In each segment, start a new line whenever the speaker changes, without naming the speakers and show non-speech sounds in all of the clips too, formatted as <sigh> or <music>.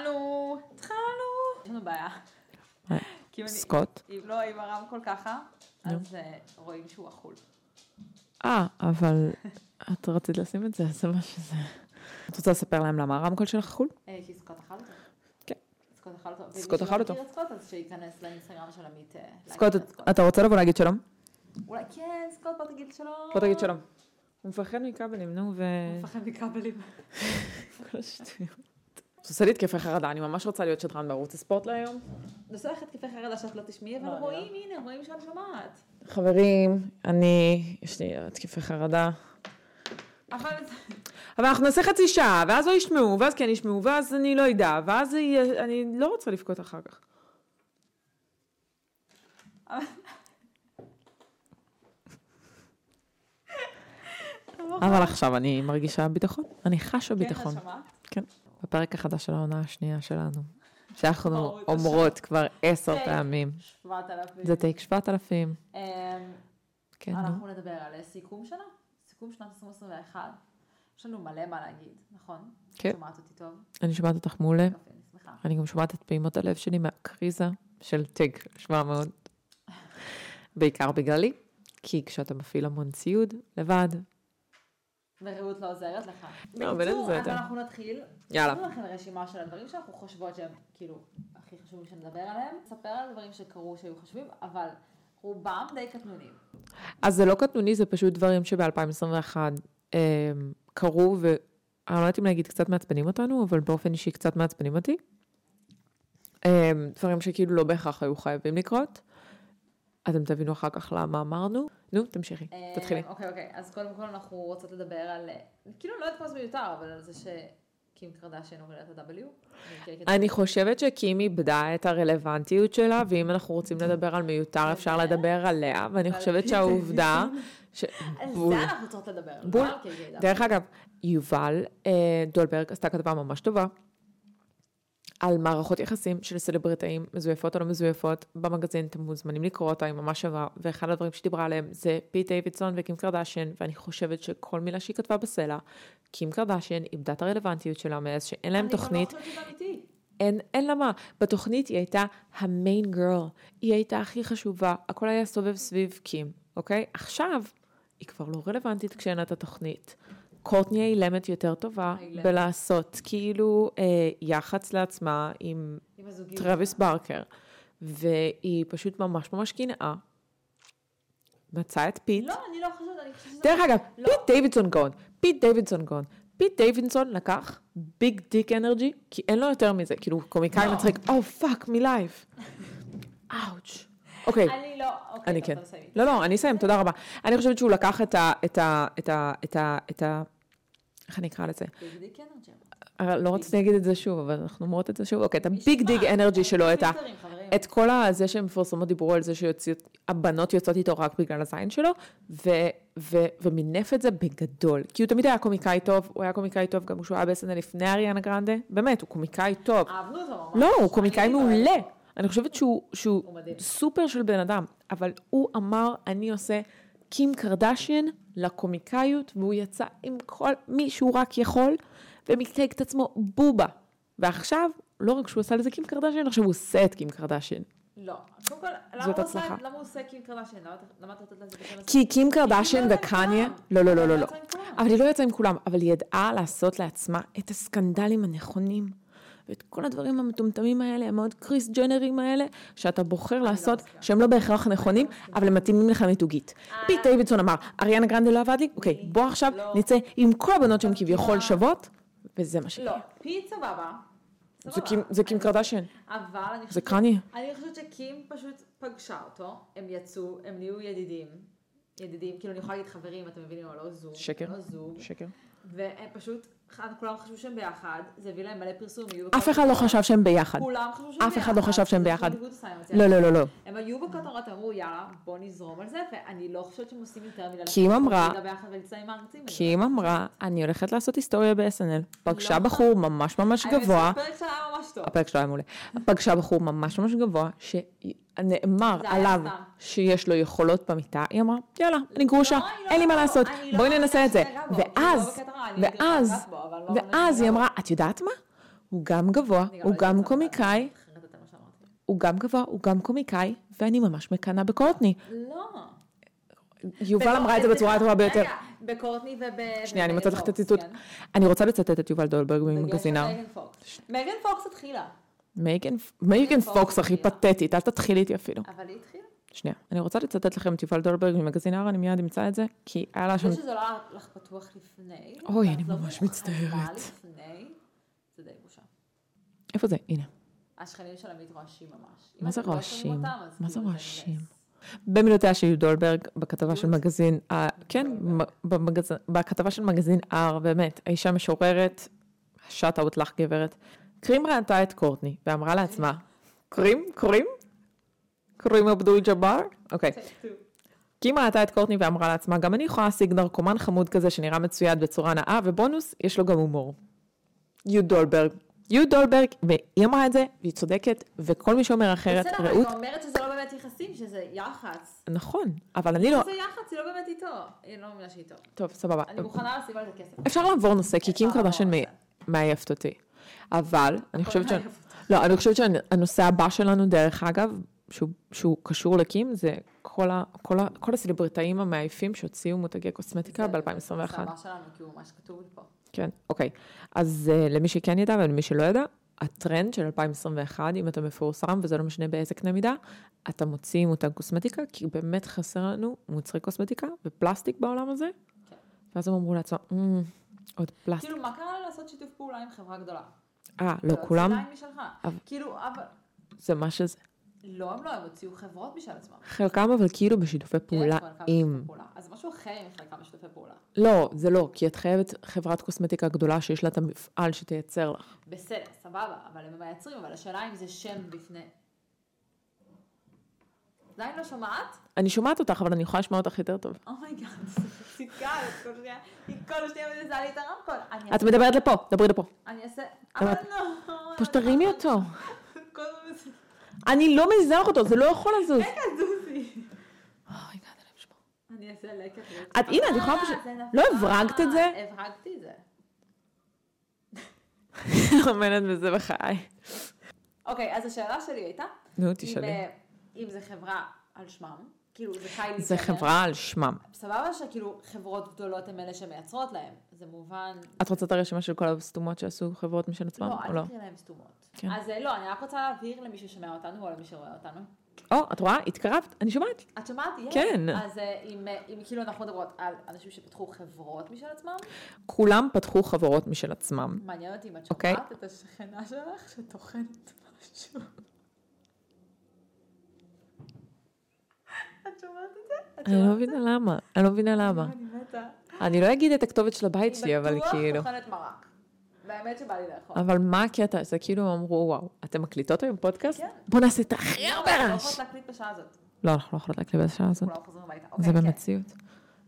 התחלנו, התחלנו. יש לנו בעיה. כי אם אני-
סקוט.
אם לא, אם הרמקול ככה,
נו.
אז אה, רואים שהוא אכול.
אה, אבל את רצית לשים את זה, אז זה מה שזה. את רוצה לספר להם למה הרמקול שלך חול?
אה, כי סקוט אכל אותו.
כן.
סקוט אכל אותו. ומי
סקוט
שלא
אכל אותו.
מכיר את סקוט, אז שייכנס לאינסטגרם של עמית. אה, להכיר
סקוט,
את
את- אתה רוצה לבוא להגיד שלום?
אולי כן, סקוט, בוא תגיד שלום.
בוא תגיד שלום. הוא מפחד מכבלים, נו, ו...
הוא מפחד מכבלים.
כל השטויות. את עושה לי התקפי חרדה, אני ממש רוצה להיות שדרן בערוץ הספורט להיום.
נעשה לך התקפי חרדה שאת לא תשמעי,
לא,
אבל
אני
רואים, הנה, רואים שאת שומעת.
חברים, אני, יש לי התקפי חרדה.
אבל
אבל אנחנו נעשה חצי שעה, ואז לא ישמעו, ואז כן ישמעו, ואז אני לא אדע, ואז זה יהיה- אני לא רוצה לבכות אחר כך. אבל עכשיו אני מרגישה ביטחון, אני חשה אה, ביטחון.
כן, את שמעת?
כן. בפרק החדש של העונה השנייה שלנו, שאנחנו
ברור, את
אומרות כבר עשר
טייק.
פעמים,
7,000.
זה טייק 7,000,
אמ,
כן, נו.
אנחנו נדבר על סיכום שנה, סיכום שנת 2021. יש לנו מלא מה להגיד, נכון?
כן.
שומעת אותי טוב?
אני שומעת אותך מעולה,
יופי, אני שמחה.
אני גם שומעת את פעימות הלב שלי מהקריזה של טייק 700, בעיקר בגללי, כי כשאתה מפעיל המון ציוד, לבד,
ורעות לא עוזרת לך.
לא, אבל אין
בקיצור,
זה
אז
יותר.
אנחנו נתחיל.
יאללה.
נתנו לכם רשימה של הדברים שאנחנו חושבות שהם כאילו הכי חשובים שנדבר עליהם. נספר על דברים שקרו שהיו חשובים, אבל רובם די קטנונים.
אז זה לא קטנוני, זה פשוט דברים שב-2021 אה, קרו, ואני לא יודעת אם להגיד קצת מעצבנים אותנו, אבל באופן אישי קצת מעצבנים אותי. אה, דברים שכאילו לא בהכרח היו חייבים לקרות. אתם תבינו אחר כך למה אמרנו. נו, תמשיכי,
אה,
תתחילי.
אוקיי, אוקיי. אז קודם כל אנחנו רוצות לדבר על, אה, כאילו לא יודעת כמה זה מיותר, אבל על זה שקים קרדשן הורידה את ה-W. אוקיי.
אני חושבת שקים איבדה את הרלוונטיות שלה, ואם אנחנו רוצים לדבר על מיותר, אפשר לדבר עליה, ואני חושבת שהעובדה... ש-
על
בול.
זה אנחנו צריכות לדבר. לא
בול.
על קיי-קיי דאבל.
דרך אגב, יובל אה, דולברג עשתה כתבה ממש טובה על מערכות יחסים של סלבריטאים מזויפות או לא מזויפות במגזין, אתם מוזמנים לקרוא אותה, היא ממש שווה, ואחד הדברים שדיברה עליהם זה פיט דיווידסון וקים קרדשן, ואני חושבת שכל מילה שהיא כתבה בסלע, קים קרדשן איבדה את הרלוונטיות שלה מאז שאין להם
אני גם לא
תוכנית,
חושבת שזה אמיתי.
אין, אין לה מה. בתוכנית היא הייתה המיין גרל, היא הייתה הכי חשובה, הכל היה סובב סביב קים, אוקיי? עכשיו, היא כבר לא רלוונטית כשאין לה את התוכנית. קורטני אילמת יותר טובה
אילמת.
בלעשות כאילו אה, יח"צ לעצמה עם
עם הזוגיות.
טרוויס ברקר, והיא פשוט ממש ממש קנאה. מצאה את פיט.
לא, אני לא חושבת, אני חושבת שזה...
דרך אגב, פיט דיווידסון גאון, פיט דיווידסון גאון. פיט דיווידסון לקח ביג דיק אנרגי, כי אין לו יותר מזה, כאילו קומיקאי
לא.
מצחיק, Oh, או פאק מלייב. אאוץ'. אוקיי,
אני לא, אוקיי,
אני
טוב,
כן.
טוב, תסיימי.
לא, לא, אני אסיים, תודה רבה. אני חושבת שהוא לקח את ה... את ה... את ה... את ה... את ה... איך אני אקרא לזה?
ביג דיק אנרג'י.
אה, לא רציתי להגיד את זה שוב, אבל אנחנו אומרות את זה שוב. אוקיי, את
מי
הביג
שמע?
דיג אנרגי שלו, את ה...
פילטרים, חברים.
את כל הזה שמפרסמות דיברו על זה שהבנות יוצאות איתו רק בגלל הזין שלו, ו, ו, ומינף את זה בגדול. כי הוא תמיד היה קומיקאי טוב, הוא היה קומיקאי טוב גם כשהוא היה בסנדל לפני אריאנה גרנדה, באמת, הוא קומיקאי טוב.
אהבנו אותו ממש.
לא, הוא
אני
קומיקאי
הייתי
מעולה.
אוהבת אותו.
אני חושבת שהוא, שהוא
מדהים.
סופר של בן אדם, אבל הוא אמר, אני עושה קים קרדשיין לקומיקאיות, והוא יצא עם כל מי שהוא רק יכול, ומקטייק את עצמו בובה. ועכשיו, לא רק שהוא עשה לזה קים קרדשיין, עכשיו הוא עושה את קים קרדשיין.
לא. קודם כל, למה
זאת
הוא עושה-
הצלחה.
למה הוא עושה קים קרדשן? למה אתה- למה אתה נותנת לזה בשם הזה?
כי קים קרדשן
היא לא יצאה עם
וקניה,
כולם.
לא, לא, לא,
היא
לא,
לא
לא.
יצאה עם כולם.
אבל היא לא יצאה עם כולם, אבל היא ידעה לעשות לעצמה את הסקנדלים הנכונים. ואת כל הדברים המטומטמים האלה, המאוד קריס ג'נרים האלה, שאתה בוחר לעשות,
מסכימה.
שהם לא בהכרח נכונים, אבל הם מתאימים לך מיתוגית. פיט דיווידסון אמר, אריאנה גרנדה לא עבד לי, אוקיי, בוא עכשיו
לא.
נצא עם כל הבנות שהן כביכול
מסכימה.
שוות, וזה מה שיהיה.
לא, פיט סבבה.
זה
סבבה.
קים- זה קים קרדשן.
אבל אני
זה
חושבת...
קניה.
אני חושבת שקים פשוט פגשה אותו, הם יצאו, הם נהיו ידידים. ידידים, כאילו אני יכולה להגיד חברים, אתם מבינים, אבל לא זוג.
שקר.
לא זוג.
שקר.
והם פשוט, כולם חשבו שהם ביחד, זה הביא להם מלא פרסום. היו
אף
בכל-
אחד לא חשב שהם ביחד.
כולם חשבו שהם ביחד.
אף אחד לא חשב שהם
זה
ביחד.
כאילו גוטסה עם זה.
לא, לא, לא, לא.
הם היו בכותרות, אמרו יאללה, בוא נזרום על זה, ואני לא חושבת שהם עושים יותר מדי.
קים אמרה-
לדבר ביחד ולצא עם הארצים. האלה.
קים אמרה, אני הולכת לעשות היסטוריה ב-SNL. פגשה
לא.
בחור ממש ממש
אני
גבוה,
מספרת שהיה ממש טוב.
הפרק שלו היה מעולה, פגשה בחור ממש ממש גבוה, שנאמר
זה היה
עליו
סתם.
שיש לו יכולות במיטה, היא אמרה, יאללה, אני גרושה,
לא, היא לא
אין לי מה
אמרה לו,
לעשות,
אני לא
בואי
מאמינה
ננסה את זה.
שזה גבוה, כאילו, לא
ואז,
בקטע רע, אני הייתי רוצה
ואז,
לגעת בו, אבל לא מאמינה שזה
ואז היא
גבוה.
אמרה, את יודעת מה? הוא גם גבוה,
אני
הוא
לא
גם
יודעת,
קומיקאי,
אבל אחרת אתה מה שאמרתי.
הוא גם גבוה, הוא גם קומיקאי, ואני ממש מקנאה בקורטני.
לא.
יובל אמרה את זה
בקורטני,
בצורה הטובה ביותר.
רגע, בקורטני וב...
שנייה, אני
ובמגן
מוצאת לך את
פוקס,
הציטוט.
כן.
אני רוצה לצטט את יובל דולברג
בגלל
ממגזינר.
שמגן פוקס. מגן פוקס התחילה.
מייגן מייגן פוקס הכי פתטית, אל תתחילי איתי אפילו.
אבל היא התחילה.
שנייה, אני רוצה לצטט לכם את יובל דולברג ממגזינר, אני מיד אמצא את זה, כי היה לה שם...
זה שזה לא היה לך פתוח לפני.
אוי,
ואת
אני
לא
ממש
מוכנה
מצטערת.
לפני, זה די בושה.
איפה זה? הנה.
השכנים של עמית רועשים ממש.
מה
אם
זה
אתם לא שומעים
רועשים?
אותם, אז
מה זה
כאילו
רועשים?
נס.
במילותיה של יהודה דולברג, בכתבה של מגזין, ה- כן, מ- במגז- בכתבה של מגזין R, באמת, האישה משוררת, שאט אאוט לך גברת. קרים ראתה את קורטני, ואמרה לעצמה, קרים? קרים? קרים עבדול ג'באר? אוקיי. קים ראתה את קורטני ואמרה לעצמה, גם אני יכולה להשיג נרקומן חמוד כזה שנראה מצויד בצורה נאה, ובונוס, יש לו גם הומור. יו דולברג. יו דולברג, והיא אמרה את זה, והיא צודקת, וכל מי שאומר אחרת,
בסדר, אבל
רעות,
היא אומרת שזה לא באמת יחסים, שזה יח"צ.
נכון, אבל אני לא...
זה יח"צ, היא לא באמת איתו. היא לא מאמינה שהיא איתו.
טוב, סבבה.
אני מוכנה לשים על זה כסף. אה,
אפשר לעבור נושא, אה, כי קים
אפשר לעבור
קרדשן
נושא.
מ- מעייפת אותי. אבל, אני חושבת ש...
מעייף
לא, אני חושבת שהנושא הבא שלנו, דרך אגב, שהוא- שהוא קשור לקים, זה כל ה- כל ה- כל הסלבריטאים המעייפים שהוציאו מותגי קוסמטיקה
זה-
ב-2021.
זה הבא שלנו, כי הוא ממש כתוב לי פה.
כן, אוקיי. אז uh, למי שכן ידע ולמי שלא ידע, הטרנד של 2021, אם אתה מפורסם, וזה לא משנה באיזה קנה מידה, אתה מוציא מותג קוסמטיקה, כי באמת חסר לנו מוצרי קוסמטיקה ופלסטיק בעולם הזה.
כן.
ואז הם אמרו לעצמם, "מ, עוד פלסטיק.
כאילו, מה קרה לה לעשות שיתוף פעולה עם חברה גדולה?
אה, לא כולם,
כן. זה עדיין משלך.
אבל-
כאילו, אבל...
זה מה שזה.
לא, הם לא, הם הוציאו חברות משל עצמם.
חלקם אבל כאילו בשיתופי פעולה
כן, חלקם
עם.
בשיתופי פעולה. אז זה משהו אחר עם חלקם בשיתופי פעולה.
לא, זה לא, כי את חייבת חברת קוסמטיקה גדולה שיש לה את המפעל שתייצר לך.
בסדר, סבבה, אבל הם מייצרים, אבל השאלה אם זה שם בפני... עדיין לא שומעת?
אני שומעת אותך, אבל אני יכולה לשמוע אותך יותר טוב.
אומייגאד, <laughs> זה מציקה, את כל שנייה, היא כל שנייה מנסה לי את הרמקול. אני
את
אעשה,
מדברת לפה, דברי לפה.
אני אעשה, אבל לא.
פשוט תרימי אותו.
כל הזמן מנסה-
אני לא מזהה אותו, זה לא יכול לזוז.
רגע, זוזי.
אוי, גאד, אלוהים שמור.
אני אעשה לקט.
את- הנה, את יכולה
אה,
פשוט-
זה
לא
נפל.
הברגת את זה?
הברגתי את זה. <laughs>
עומדת בזה בחיי.
אוקיי, אז השאלה שלי הייתה,
נו,
אם,
תשאלי.
אה, אם זה חברה על שמם, כאילו זה חיילי
זה חברה על שמם.
סבבה שכאילו חברות גדולות הן אלה שמייצרות להם, זה מובן...
את רוצה את הרשימה של כל הסתומות שעשו חברות משל עצמם,
לא,
או
אל
לא?
תקריא להם סתומות.
כן.
אז אה, לא, אני רק רוצה להבהיר למי ששומע אותנו או למי שרואה אותנו.
או, את רואה? התקרבת? אני שומעת.
את שומעת? יש.
כן.
אז אה, אם, אה, אם כאילו אנחנו מדברות על אנשים שפתחו חברות משל עצמם,
כולם פתחו חברות משל עצמם.
מעניין אותי אם את
אוקיי.
שומעת את השכנה שלך שטוחנת משהו. את שומעת את זה? את
אני לא
שומעת?
מבינה למה. אני לא מבינה למה.
אני מתה.
אני לא אגיד את הכתובת של הבית שלי, אבל
היא
כאילו...
בטוח טוחנת מרק. באמת שבא לי לאכול.
אבל מה הקטע? זה כאילו אמרו, וואו, אתם מקליטות היום פודקאסט?
כן.
בוא נעשה את הכי
לא,
הרבה
אנחנו לא
רעש.
יכולות להקליט בשעה הזאת.
לא, אנחנו לא יכולות להקליט בשעה הזאת.
כולם חוזרים הביתה.
זה
אוקיי, כן.
במציאות.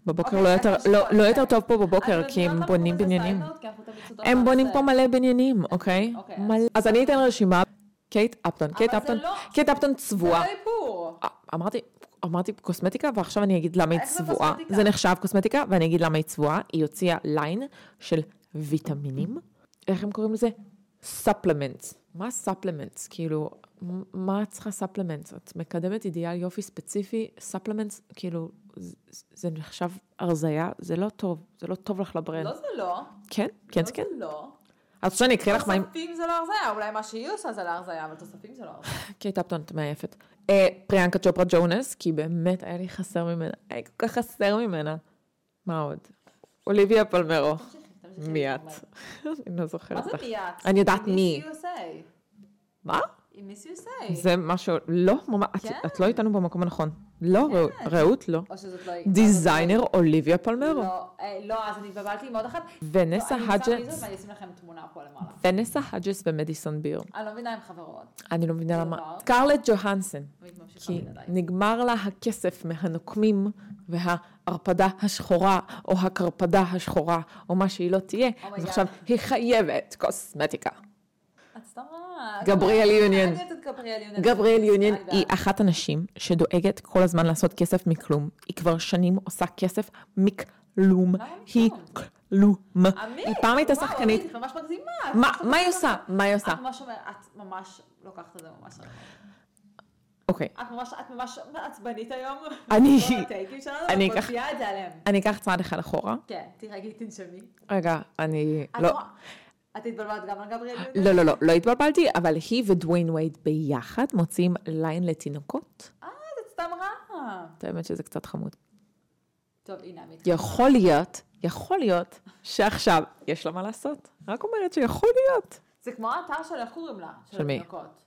בבוקר
אוקיי,
לא
אז
יותר-
תמשיכו,
לא- לא
אוקיי.
יותר טוב פה
אז
בבוקר,
מבינות
כי הם
למה קוראים
בונים
לזה
בניינים.
סיידות? לא, כי אנחנו תמיד סודות
הם
על
בונים
זה.
פה מלא בניינים, אוקיי?
אוקיי, אז-
מלא. אז אני אתן רשימה. קייט אפטון,
אבל
קייט
זה
אפטון,
לא-
קייט אפטון
זה
צבועה.
לא איפור.
אה, אמרתי, אמרתי קוסמטיקה, ועכשיו אני אגיד למה היא
איך זה
צבועה.
קוסמטיקה?
זה נחשב קוסמטיקה, ואני אגיד למה היא צבועה. היא הוציאה ליין של ויטמינים. איך הם קוראים לזה? ספלמנטס. מה ספלמנטס? כאילו, מ- מה את צריכה ספלמנטס? את מקדמת אידיאל יופי ספציפי, ספלמנטס, כאילו, זה- זה נחשב הרזייה, זה לא טוב, זה לא טוב לך לברנד.
לא זה לא.
כן, כן,
לא
זה כן.
זה לא.
את רוצה שאני אקריא לך מה היא...
תוספים זה לא הרזיה, אולי מה שהיא עושה זה לא הרזיה, אבל תוספים זה לא הרזיה.
קייט אפטון, את מעייפת. אה, פריאנקה צ'ופרה ג'ונס, כי באמת היה לי חסר ממנה, היה לי כל כך חסר ממנה. מה עוד? אוליביה פלמרו.
תמשיכי, <laughs> תמשיכי.
מי את?
אני אומרת.
<laughs> אני לא
מה
זוכרת
זה
אותך.
מי את?
אני יודעת
היא
מי.
מיס USA.
מה?
היא מיס USA.
זה משהו, לא, ממש, את-
כן.
את לא איתנו במקום הנכון. לא, רעות- רעות לא.
או שזאת לא היא.
דיזיינר אוליביה
לא,
פלמרו.
אה, לא, אז אני התבלבלתי עם עוד אחת. לא,
ונסה
אני אמצא מי זאת
האג'ס.
ואני אשים לכם תמונה פה למעלה.
ונסה האג'ס ומדיסון ביר.
אני לא מבינה עם חברות.
אני לא
דבר.
מבינה למה. סקרלט ג'והנסן.
מתממשיכה
כי
בלעדיי.
נגמר לה הכסף מהנוקמים והערפדה השחורה או הקרפדה השחורה או מה שהיא לא תהיה,
אומייגאד.
אז עכשיו היא חייבת קוסמטיקה.
את סתם רעה.
גבריאל יוניון.
אני יודעת את גבריאל יוניון.
גבריאל יוניון
אני
היא
בעד.
אחת הנשים שדואגת כל הזמן לעשות כסף מכלום. היא כבר שנים עושה כסף מכלום.
למה
היא
מכלום?
כלום.
עמית,
היא פעם הייתה
וואו,
שחקנית.
עמית, את ממש מגזימה. את
מה-
ממש
מה היא
לוקחת-
עושה? מה היא עושה?
את ממש אומרת, את ממש לוקחת את זה ממש רחוק.
אוקיי,
את ממש, את ממש עצבנית היום.
אני-
כל הטייקים שלנו,
אני
את
אקח-
מוציאה את זה עליהם.
אני אקח צעד אחד אחורה.
כן, תירגעי, תנשמי.
רגע, אני...
את
לא,
רואה- את התבלבלת גם על גבריאל יהודה?
לא, לא, לא, לא התבלבלתי, אבל היא ודוויין וייד ביחד מוציאים ליין לתינוקות.
זה סתם רע.
את האמת שזה קצת חמוד.
טוב, הנה עמית.
יכול להיות, יכול להיות, שעכשיו יש לה מה לעשות. רק אומרת שיכול להיות.
זה כמו האתר של איך קוראים לה?
של מי?
התינוקות.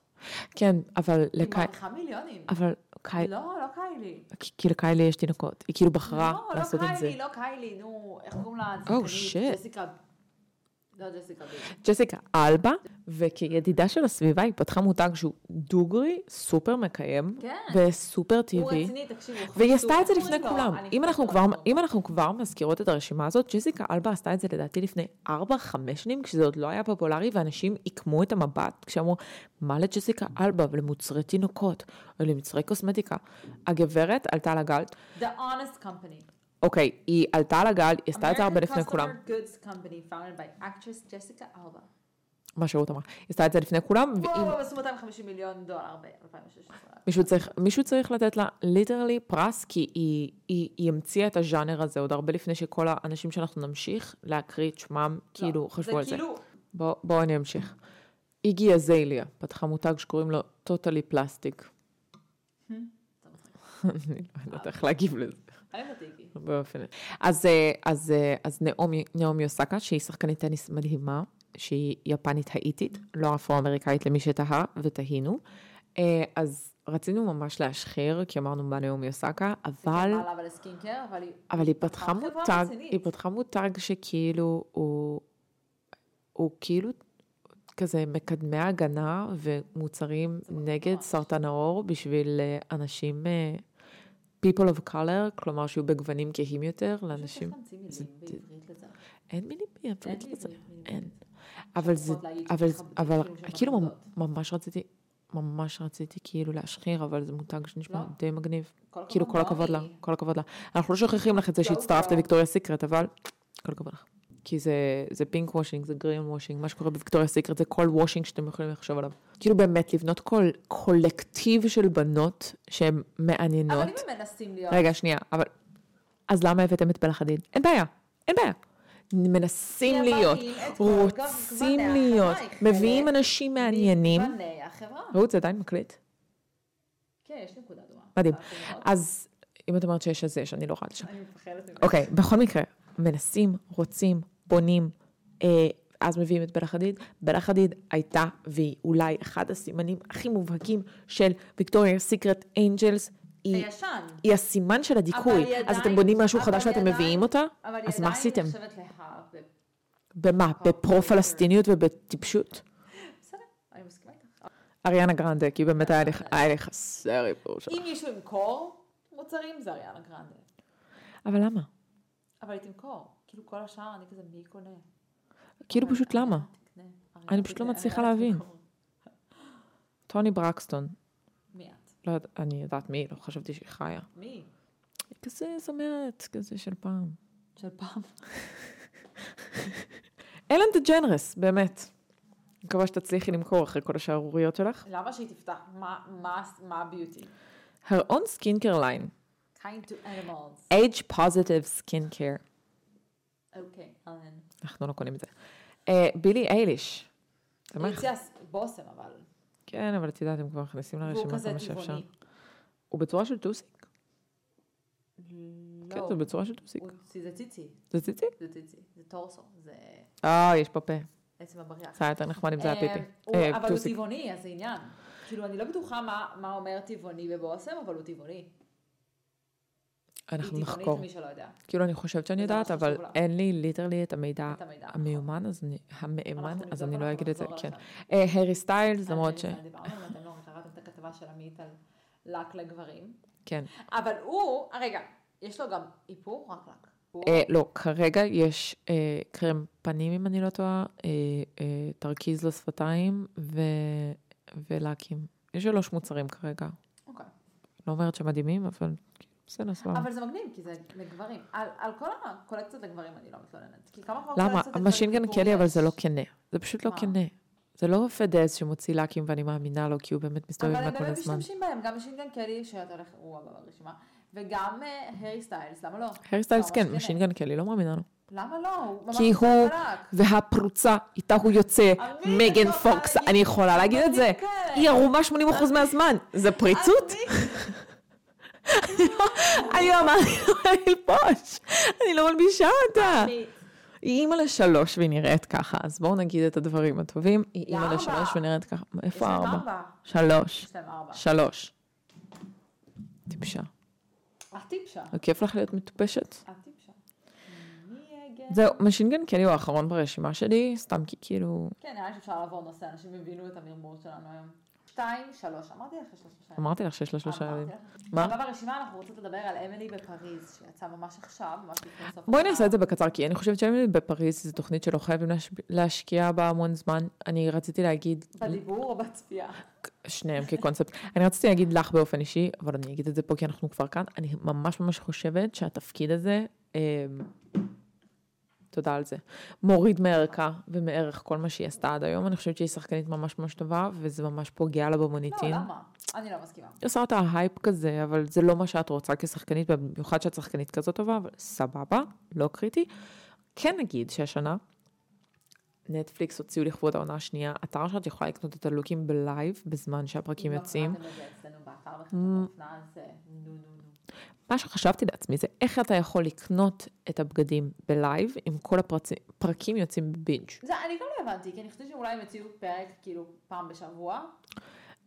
כן, אבל
היא
לקי... אה,
מרוויחה מיליונים.
אבל קי...
לא, לא קיילי.
כי- כי לקיילי יש תינוקות. היא כאילו בחרה
לא, לא
לעשות את זה.
קיילי, לא קיילי, נו, איך קוראים לה?
Oh,
השחקנית?
shit.
ג'סיקה. לא, ג'סיקה ביל.
ג'סיקה אלבה, וכידידה של הסביבה היא פתחה מותג שהוא דוגרי, סופר מקיים,
כן.
וסופר
הוא
טבעי.
רציני, תקשיבו. הוא
והיא
חצוף.
עשתה את זה
איך
לפני
קוראים לו?
כולם.
אני
אם אנחנו,
חושבת
כבר,
עליו.
אם אנחנו כבר מזכירות את הרשימה הזאת, ג'סיקה אלבה עשתה את זה לדעתי לפני 4-5 שנים, כשזה עוד לא היה פופולרי, ואנשים עיקמו את המבט כשאמרו, מה לג'סיקה אלבה ולמוצרי תינוקות, או למוצרי קוסמטיקה. הגברת עלתה על הגל,
The Honest Company.
אוקיי, היא עלתה על הגל, היא עשתה את זה הרבה
American
לפני כולם.
Customer Goods Company, founded by actress Jessica Alba.
מה שרות אמרה, היא עשתה את זה לפני כולם, ואם
וואו, עשו 250 מיליון דולר ב-2016.
מישהו צריך, מישהו צריך לתת לה ליטרלי פרס, כי היא, היא, היא המציאה את הז'אנר הזה עוד הרבה לפני שכל האנשים שאנחנו נמשיך להקריא את שמם,
לא,
כאילו, חשבו על זה.
כאילו,
בואו בוא אני אמשיך. איגי אזליה פתחה מותג שקוראים לו טוטלי פלסטיק. אני לא יודעת איך להגיב לזה.
אוהב אותי, גיל.
באופן... אז, אה, אז, אה, אז נעמי, נעמי אוסקה, שהיא שחקנית טניס מדהימה, שהיא יפנית האיטית, לא אפרו-אמריקאית למי שתהה, ותהינו. אה, אז רצינו ממש להשחיר, כי אמרנו מה נעמי אוסקה, אבל...
כן, אבל... אבל סקינקר, אבל היא...
אבל היא פתחה
חברה
מותג,
רצינית.
היא פתחה מותג שכאילו הוא, הוא כאילו כזה מקדמי הגנה ומוצרים
זה מגניב
נגד
ממש.
סרטן העור בשביל אה, אנשים, אה, people of color, כלומר שיהיו בגוונים כהים יותר
פשוט <laughs>
לאנשים.
צריך להמציא
זה-
מילים בעברית לזה.
אין מילים
אין
בעברית
לי
לזה.
מילים
אין.
בעברית.
אבל זה,
שיכולות להגיד
אבל,
שמכבדים,
אבל
כאילו, שהן
כאילו ממ-
מכבדות.
ממש רציתי, ממש רציתי כאילו להשחיר, אבל זה מותג שנשמע
לא?
די מגניב.
כל הכבוד,
כאילו, כל הכבוד לה,
נעמי.
כל הכבוד לה. אנחנו לא שוכחים לך את זה
לא,
שהצטרפת
לא.
לוויקטוריה סיקרט, אבל כל הכבוד לך. כי זה, זה פינק וושינג, זה גרין וושינג, מה שקורה בוויקטוריה סיקרט זה כל וושינג שאתם יכולים לחשוב עליו. כאילו באמת לבנות כל קולקטיב של בנות שהן
אבל
מעניינות.
אם הם מנסים להיות...
רגע, שנייה, אבל... אז למה הבאתם את בלה חדיד? אין בעיה, אין בעיה. מנסים
כי
להיות,
אמרתי, את כל
רוצים
גווניה,
להיות,
חברה היא חלק
מביאים אנשים מעניינים.
מגווני החברה.
רעות, זה עדיין מקליט?
כן, יש נקודה דומה.
מדהים.
אהבתי מאוד.
אז אם את אמרת שיש אז יש, אני לא רעד שם.
אני מפחדת ממנו.
אוקיי, בכל מקרה, מנסים, רוצים, בונים, אה, אז מביאים את בלה חדיד. בלה חדיד הייתה, והיא אולי אחד הסימנים הכי מובהקים של ויקטוריה סיקרט איינג'לס.
זה
היא
ישן,
היא הסימן של
אבל
הדיכוי.
היא
אז אתם
עדיין-
בונים משהו
אבל
חדש
היא
ואתם
עדיין-
מביאים אותה?
אבל היא
אז מה עשיתם?
עדיין נחשבת להב.
במה?
אוקיי.
בפרו-פלסטיניות ובטיפשות?
בסדר, אני מסכימה איתך.
אריאנה גרנדה, כי באמת היה לי- היה לי חסר איפור שלך.
אם מישהו ימכור מוצרים, זה אריאנה גרנדה.
אבל למה?
אבל היא תמכור. כאילו כל השאר, אני כזה, מי קונה?
כאילו
אבל
פשוט
אריאנה
למה?
תקנה,
אני
אריאנה
פשוט לא
תקנה,
מצליחה
אריאנה
להבין.
תמכור.
טוני ברקסטון.
מי את?
לא יודעת, אני יודעת מי, לא חשבתי שהיא חיה.
מי?
היא כזה זמרת, כזה של פעם.
של פעם.
אלן דה ג'נרס, באמת. אני מקווה שתצליחי למכור אחרי כל השערוריות שלך.
למה שהיא תפתח? מה- מה- מה הביוטי?
her own skincare line,
kind to animals.
age positive skincare.
אוקיי, אהלן.
אנחנו לא קונים את זה. אה, בילי אייליש. זה מה?
הוא הציע ס- בושם אבל.
כן, אבל את יודעת, הם כבר מכניסים
והוא
לרשימה
כזה
כמה שאפשר.
טבעוני.
הוא בצורה של טוסיק? כן,
לא,
זה בצורה של טוסיק.
הוא- זה ציצי.
זה ציצי?
זה ציצי. זה טורסו. זה
אה, יש פה פה.
עצם הבריאה.
זה היה יותר נחמד אם זה היה
אה,
פיפי.
הוא-
אה,
אבל הוא
טוסיק.
טבעוני, אז זה עניין. כאילו, אני לא בטוחה מה- מה אומר טבעוני בבושם, אבל הוא טבעוני.
אנחנו
היא
נחקור.
טבעונית, מי שלא יודע.
כאילו, אני חושבת שאני
זה ממש
יודעת,
חשוב
אבל
לה.
אין לי ליטרלי את המידע
את המידע.
המיומן, אז אני- המהימן,
אנחנו נבדוק,
אז אני לא
אנחנו אה,
אגיד את זה,
נחזור
כן.
אליכם.
אה, הארי סטיילס,
על
למרות ש...
זה דיברנו, אם אתם לא קראתם את הכתבה של עמית על לק לגברים.
כן.
אבל הוא, אה, רגע, יש לו גם איפור? רק לק. הוא-
אה, לא, כרגע יש אה, קרם פנים, אם אני לא טועה, אה, אה, תרכיז לשפתיים ו... ולקים. יש שלוש מוצרים כרגע.
אוקיי.
לא אומרת שמדהימים, אבל בסדר, סבבה.
אבל זה מגניב, כי זה לגברים. על, על כל הקולקציות לגברים אני לא מתלוננת. כי כמה
למה?
קולקציות לגברים
המשינגן
סיפור
קלי, אבל זה
יש.
לא כנה. זה פשוט לא
מה?
כנה. זה לא פדס שמוציא לאקים ואני מאמינה לו, כי הוא באמת מסתובב
אבל לא
עם
הם
כל
באמת
הזמן.
משתמשים בהם, גם משינגן קלי, שאתה הולך, הוא הבא ברשימה, וגם אה, הארי סטיילס, למה לא?
הארי סטיילס
ממש
כן,
כנה.
משינגן קלי, לא מאמינה לו.
למה לא? הוא ממש
כי
עושה
הוא-
חלק.
והפרוצה, איתה הוא יוצא,
אני
מגן
בתוך
פוקס,
הרגיל.
אני יכולה לא, להגיד את זה.
כן.
היא ערומה 80% מהזמן, זה פריצות?
אני-
<laughs> אני לא אמרתי לה ללבוש, אני לא מלבישה אותה.
אני-
היא אימא לשלוש והיא נראית ככה, אז בואו נגיד את הדברים הטובים. היא
היא
אימא
ארבע.
לשלוש והיא נראית ככה.
יש
איפה
להם
הארבע?
ארבע.
שלוש.
יש להם ארבע.
שלוש. טיפשה.
את טיפשה.
לא כיף לך להיות מטופשת?
את טיפשה. מי יגן?
זהו, משינגן קלי הוא האחרון ברשימה שלי, סתם כי כאילו...
כן, נראה לי שאפשר לעבור נושא, אנשים הבינו את המרמור שלנו היום. שתיים, שלוש, אמרתי לך שלושה ילדים.
אמרתי לך שיש לה שלושה
אמרתי
ילדים.
לך.
מה?
אבל ברשימה אנחנו רוצות לדבר על אמילי בפריז, שיצא ממש עכשיו, ממש לפני סוף
בואי
השנה.
נעשה את זה בקצר, כי אני חושבת שאמילי בפריז זו תוכנית שלא חייבים להש- להשקיע בה המון זמן. אני רציתי להגיד,
בדיבור או בצפייה?
שניהם כקונספט, אני רציתי להגיד לך באופן אישי, אבל אני אגיד את זה פה כי אנחנו כבר כאן, אני ממש ממש חושבת שהתפקיד הזה, אמ, תודה על זה, מוריד מערכה ומערך כל מה שהיא עשתה עד היום. אני חושבת שהיא שחקנית ממש ממש טובה, וזה ממש פוגע לה
לא,
במוניטין.
למה? אני לא מסכימה.
היא עושה אותה הייפ כזה, אבל זה לא מה שאת רוצה כשחקנית, במיוחד שאת שחקנית כזאת טובה, אבל סבבה, לא קריטי. כן נגיד שהשנה, נטפליקס הוציאו לכבוד העונה השנייה, אתר שאת יכולה לקנות את הלוקים בלייב, בזמן שהפרקים
אם לא
יוצאים. Mm.
קראתם את זה אצלנו באתר בחברת אופנה, אז אה, נו נו נו.
מה שחשבתי לעצמי זה איך אתה יכול לקנות את הבגדים בלייב, אם כל הפרקים יוצאים בבינג'.
זה, אני גם לא הבנתי, כי אני חושבת שאולי הם יוציאו פרק כאילו פעם בשבוע.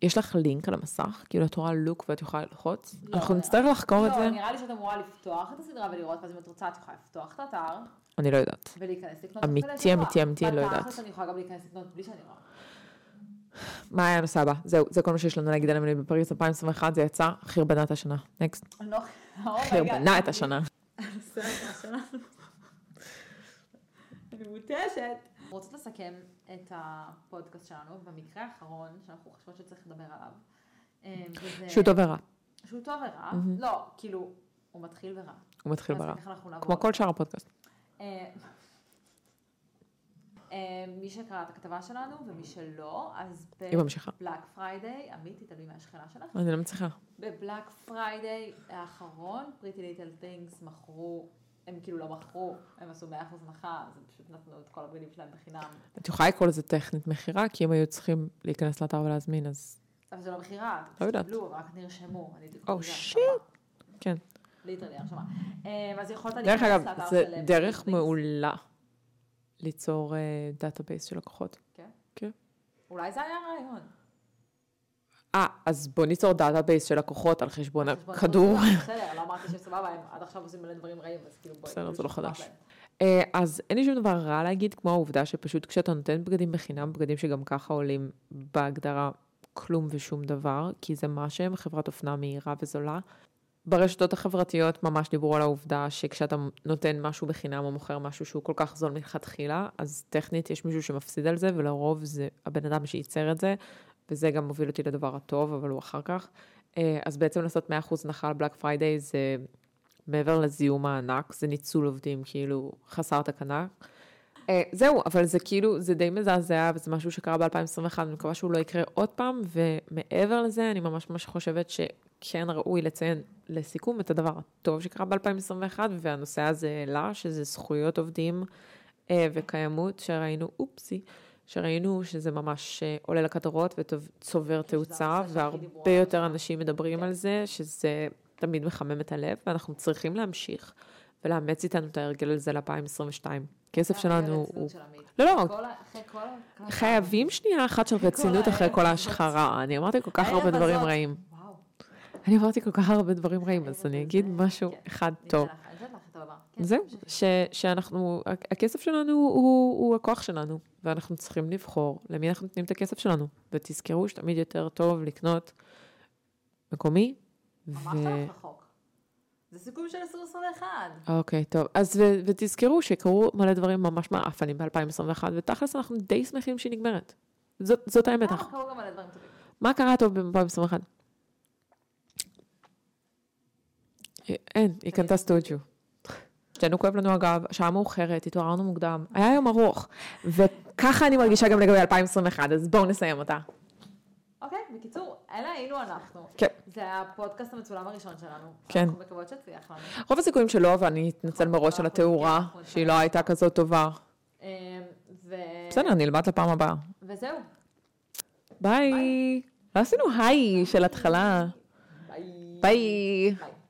יש לך לינק על המסך, כאילו את רואה לוק ואת יכולה ללחוץ?
לא,
אנחנו
נראה-
נצטרך לחקור את
לא,
זה?
נראה לי שאת אמורה לפתוח את הסדרה ולראות, ואז אם את רוצה את יכולה לפתוח את האתר
אני לא יודעת.
ולהיכנס לקנות.
אמיתי,
תוך כדי שבוע.
אמיתי, אמיתי, אני לא יודעת.
בתכלס אני יכולה גם להיכנס לקנות בלי שאני רואה.
מה היה הנושא הבא? זהו, זה כל מה שיש לנו להגיד על אמילי בפריז 2021, זה יצא חרבנת השנה. נקסט,
אני <laughs> לא... Oh my
חרבנה
God. <laughs>
את השנה.
הנושא הבא שלנו. אני מותשת. רוצות לסכם את הפודקאסט שלנו במקרה האחרון שאנחנו חושבות שצריך לדבר עליו. אה, וזה-
שהוא טוב ורע,
שהוא טוב ורע.
מהמם.
לא, כאילו, הוא מתחיל ורע.
הוא מתחיל
אז
ברע.
ככה אוקיי. אנחנו נעבור.
כמו כל שאר הפודקאסט.
אה, אה, מי שקרא את הכתבה שלנו ומי שלא, אז
היא ממשיכה.
בבלאק פריידיי, עמית תתעלמי מהשכנה שלך,
אני לא מצליחה.
בבלאק פריידיי האחרון, פריטי ליטל טינגס מכרו, הם כאילו לא מכרו, הם עשו 100% הנחה, אז הם פשוט נתנו את כל הבגדים שלהם בחינם,
את יכולה לקרוא לזה טכנית מכירה, כי אם היו צריכים להיכנס לאתר ולהזמין, אז
אבל זה לא מכירה,
לא יודעת.
קיבלו, אבל רק נרשמו, אני הייתי
Oh, shit. כן.
ליטרלי הרשמה. אה, אז יכולת
דרך
להיכנס
אגב,
לאתר
זה
של, אה,
דרך
פריטי ליטל טינגס.
מעולה ליצור אה, דאטאבייס של לקוחות.
אולי זה היה הרעיון.
אה, אז בוא ניצור דאטאבייס של לקוחות על חשבון
חשבון
הכדור.
לא, בסדר, לא אמרתי שסבבה, הם עד עכשיו עושים מלא דברים רעים, אז כאילו בואי.
בסדר,
כאילו
זה לא
שאכפת
חדש.
להם.
אה, אז אין לי שום דבר רע להגיד, כמו העובדה שפשוט כשאתה נותן בגדים בחינם, בגדים שגם ככה עולים בהגדרה כלום ושום דבר, כי זה מה שהם, חברת אופנה מהירה וזולה. ברשתות החברתיות ממש דיברו על העובדה שכשאתה נותן משהו בחינם או מוכר משהו שהוא כל כך זול מלכתחילה, אז טכנית יש מישהו שמפסיד על זה, ולרוב זה הבן אדם שייצר את זה, וזה גם מוביל אותי לדבר הטוב, אבל הוא אחר כך. אה, אז בעצם לעשות 100% הנחה על בלאק פריידיי זה מעבר לזיהום הענק, זה ניצול עובדים כאילו חסר תקנה. אה, זהו, אבל זה כאילו, זה די מזעזע, וזה משהו שקרה ב-2021, אני מקווה שהוא לא יקרה עוד פעם, ומעבר לזה, אני ממש ממש חושבת שכן ראוי לציין לסיכום את הדבר הטוב שקרה ב-2021, והנושא הזה העלה, שזה זכויות עובדים אה, וקיימות, שראינו, אופסי, שראינו שזה ממש אה, עולה לכותרות וצובר
שזה הנושא
תאוצה,
שהכי דיברו
והרבה
עליו.
יותר אנשים מדברים
כן.
על זה, שזה תמיד מחמם את הלב, ואנחנו צריכים להמשיך ולאמץ איתנו את ההרגל הזה ל-2022. כסף שלנו הוא... לא, לא,
כל ה- אחרי כל ה- כל ה-
חייבים שנייה אחת של רצינות אחרי
הערב
כל
הזאת.
ההשחרה. אני אמרתי כל כך
הערב
הרבה דברים
הזאת.
רעים.
וואו.
אני אמרתי כל כך הרבה דברים רעים,
הערב
אז אני
הזה.
אגיד משהו
כן.
אחד
אני
טוב.
אתן לך, אני אתן לך את הבמה. כן,
זהו,
תמשיכי.
ש, שאנחנו, הכ- הכסף שלנו הוא, הוא הכוח שלנו, ואנחנו צריכים לבחור למי אנחנו נותנים את הכסף שלנו. ותזכרו שתמיד יותר טוב לקנות מקומי. ו...
ממש הלך רחוק. זה סיכום של 2021.
אוקיי, טוב. אז ו- ותזכרו שקרו מלא דברים ממש מעפנים ב-2021, ותכלס אנחנו די שמחים שהיא נגמרת. זאת, זאת האמת.
למה?
אנחנו-
קראו גם על הדברים טובים.
מה קרה טוב ב-2021? אין, היא קנתה סטודיו. שתינו כן, כואב לנו אגב, שעה מאוחרת, התעוררנו מוקדם, היה יום ארוך. וככה אני מרגישה גם לגבי 2021, אז בואו נסיים אותה.
אוקיי, בקיצור, אלה היינו אנחנו.
כן.
זה הפודקאסט המצולם הראשון שלנו.
כן.
אנחנו מקוות שצליח לנו.
רוב הסיכויים שלא, ואני אתנצל מראש על התאורה, שהיא לא הייתה כזאת טובה.
אמ, ו...
בסדר, נלמד לפעם הבאה.
וזהו.
ביי. לא עשינו היי של התחלה.
ביי.
ביי.
ביי.